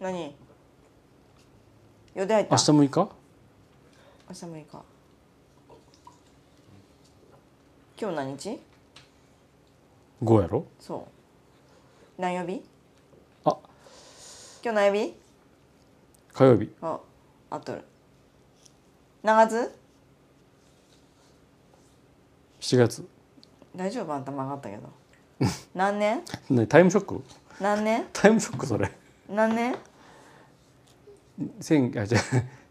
何予定入った明日6日明日6日今日何日 ?5 やろそう何曜日あ今日何曜日火曜日あ合っとる長津7月大丈夫あんた曲がったけど何年ねタイムショック何年タイムショックそれ何年千あじゃ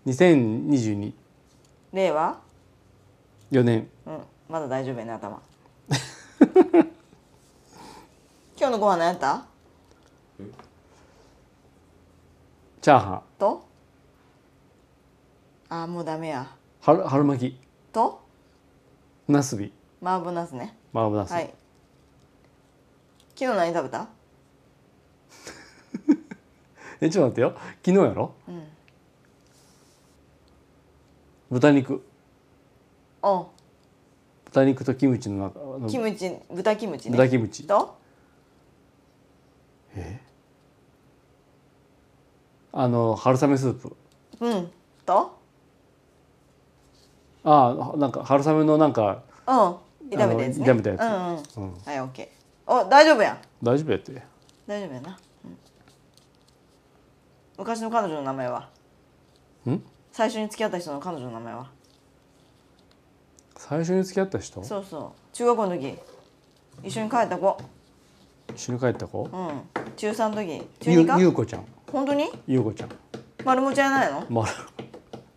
2022令和4年うんまだ大丈夫やね頭今日のご飯何やったチャーハンとあーもうダメや春春巻きとなすび麻婆茄子ねマーブナス、はい昨日何食べたえちょっと待ってよ昨日やろ、ん豚肉お豚肉とキムチの中のキムチ豚キムチね豚キムチとあの春雨スープうんとああなんか春雨のなんかうん炒めたやつねあの炒めたやつうんうんうんはいオッケーお大丈夫やん大丈夫やって大丈夫やな、うん昔の彼女の名前はん最初に付き合った人の彼女の名前は最初に付き合った人そうそう中学校の時一緒に帰った子一緒に帰った子うん中3の時中ゆ2かゆうこちゃん本当にゆうこちゃん丸もちゃんやないのまる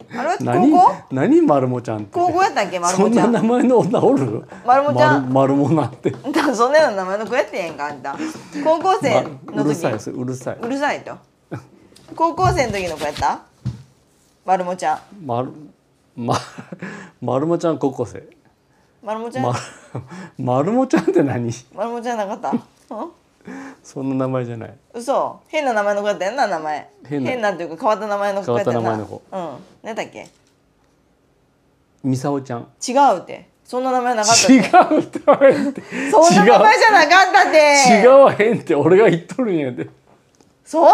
あれは何高校何まるもちゃんって高校やったっけ丸そもんちゃなん名前の女おるまるもちゃんまるまるもなんてだから そんなような名前の子やってへんかあんた高校生まのうる時、さいそれうるさいうるさいと高校生の時の子やったまるもちゃんまるままるもちゃん高校生まるもちゃん、ままるもちゃんって何まるもちゃんなかったうんそんな名前じゃない嘘変な名前の子やったやんな名前変なというか変わった名前の子やったやんな変わったうん何だっけみさおちゃん違うってそんな名前なかったっ違てうって言われてそんな名前じゃなかったって違うわへんって俺が言っとるんやでそんな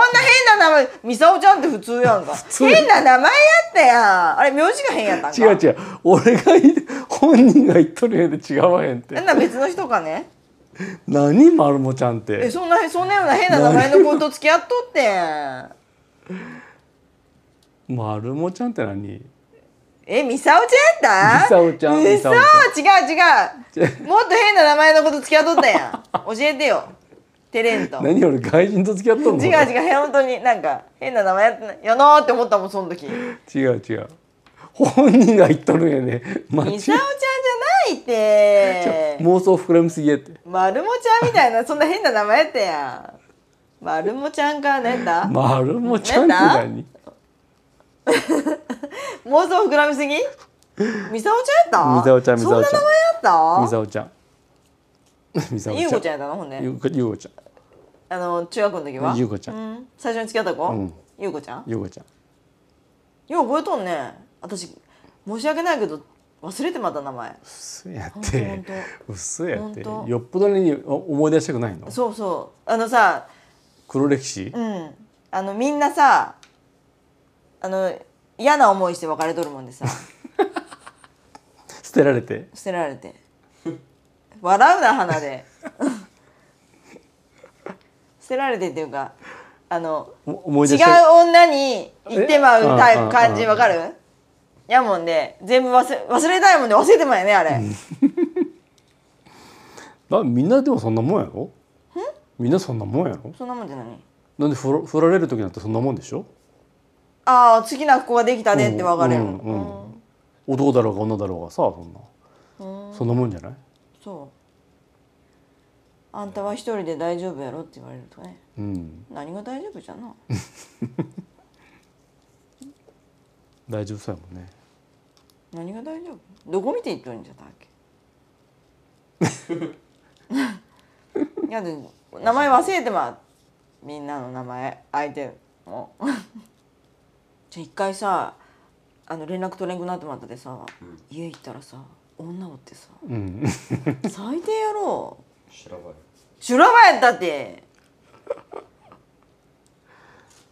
変な名前みさおちゃんって普通やんか通変な名前やったやんあれ名字が変やったんか違う違う俺が言い本人が言っとるんやで違うわへんって変な別の人かね何まるもちゃんっえてそんなそんなような変な名前の子と付き合っとってんまるもちゃんって何えみさおちゃんやったみさおちゃんうみさおち違う違うもっと変な名前の子と付き合っとったやん教えてよテレンと何俺外人と付き合っとんの違う違う本当になんか変な名前やったやなーって思ったもんその時み違う違う本人が言っとるんやね間違さおちゃんじゃないって妄想膨らみすぎやってまるもちゃんみたいなそんな変な名前やったやんまるもちゃんか何だまるもちゃんって何妄想膨らみすぎみさおちゃんやったみさおちゃんみさおちゃんみそんな名前やっさお ちゃんみさたおゆうこちちゃんゃやったのほんでんゆうこゆうこちゃんあの中学の時はゆうこちゃんう最初に付き合った子、んゆうこちゃんゆうこちゃんよう覚えとんね私申し訳ないけど忘れてまた名前嘘やっほてんと嘘やってほんとよっぽどにお思い出したくないのそうそうあのさ黒歴史うんあのみんなさあの嫌な思いして別れとるもん でさ捨てられて捨てられて笑うな鼻で 捨てられてっていうかあのお思い違出うした女に行ってまうタイえああプ感じあわかるやもんで全部忘れ忘れたいもんで忘れてまうよねあれだみんなでもそんなもんやろみんなそんなもんやろそんなもんじゃないなんで振ら振られる時なんてそんなもんでしょああ次な子ができたねって別れるうんうんうん男だろうが女だろうがさそんなそんなもんじゃないそうあんたは一人で大丈夫やろって言われるとねうん何が大丈夫じゃな大丈夫そうやもんね何が大丈夫どこ見て言っとるんじゃったっけいやで名前忘れてまうみんなの名前相手もじゃあ一回さあの連絡取れんくなってまったでさ、家行ったらさ女おってさうん最低やろう知らない修羅場やったって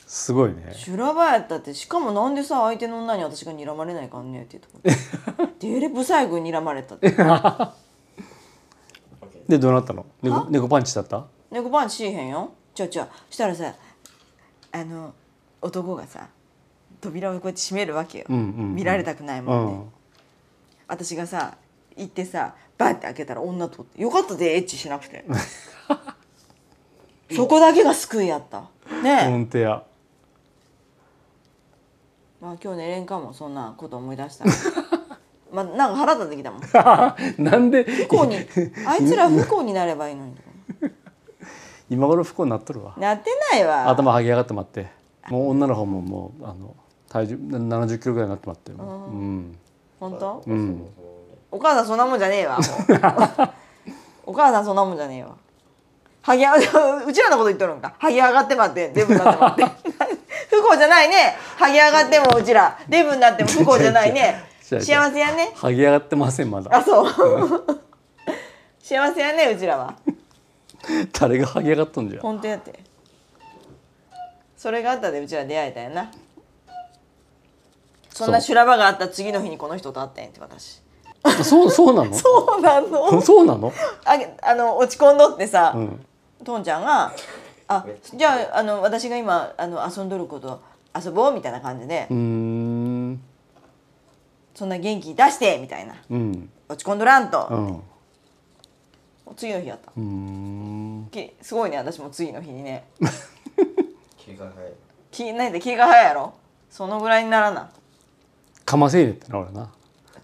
すごいね修羅場やったってしかもなんでさ相手の女に私が睨まれないかんねんって言ってデレブサイク睨まれたってでどうなったの猫猫パンチだった猫パンチしへんよちょちょしたらさあの男がさ扉をこうやって閉めるわけよ、うんうんうん見られたくないもんね、私がさ行ってさバンって開けたら女とってよかったでエッチしな くてそこだけが救いやったうんねえ、本当やまあ今日寝れんかもそんなこと思い出した まあなんか腹立ってきたもん なんで不幸にあいつら不幸になればいいのに 今頃不幸になっとるわなってないわ頭はげ上がってまってもう女の方ももうあの体重70キロぐらいになってまってもう、うん、本当うん、お母さんそんなもんじゃねえわもうお母さんそんなもんじゃねえわはげあうちらのこと言っとるんかはげ上がってまってデブになってまって 不幸じゃないねはげ上がってもうちらデブになっても不幸じゃないね違う違幸うせやねはげ上がってませんまだあそう幸せやねうちらは誰がはげ上がっとんじゃん本当やってそれがあったでうちら出会えたんやなそんな修羅場があった次の日にこの人と会ったんやって私あ そうそうなのそそうなのう そうなのあげあの落ち込んどってさ、うんとんちゃんが「あじゃああの私が今あの遊んどること遊ぼう」みたいな感じでうーん「そんな元気出して」みたいなうん「落ち込んどらんうとん」次の日やったうーんきすごいね私も次の日にね気が早い気ないで気が早いやろそのぐらいにならなかませ犬ってな俺な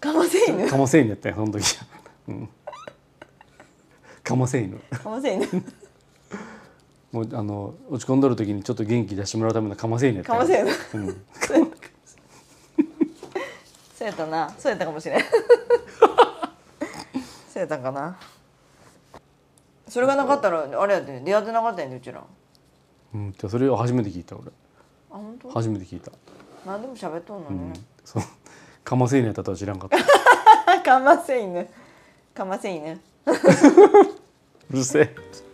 かませ 犬かませ犬やったよその時うんかませ犬かませ犬もうあの落ち込んどる時にちょっと元気出してもらうためのかませ犬やったかよませ犬うんそうやったなそうやったかもしれんそうやったんかなそれがなかったらあれやって出会ってなかったんやでうちらあうん、じゃあそれを初めて聞いた俺本当初めて聞いた、何でも喋っとんのうんね、そうかませ犬やったとは知らんかった うかませ犬かませ犬るせえ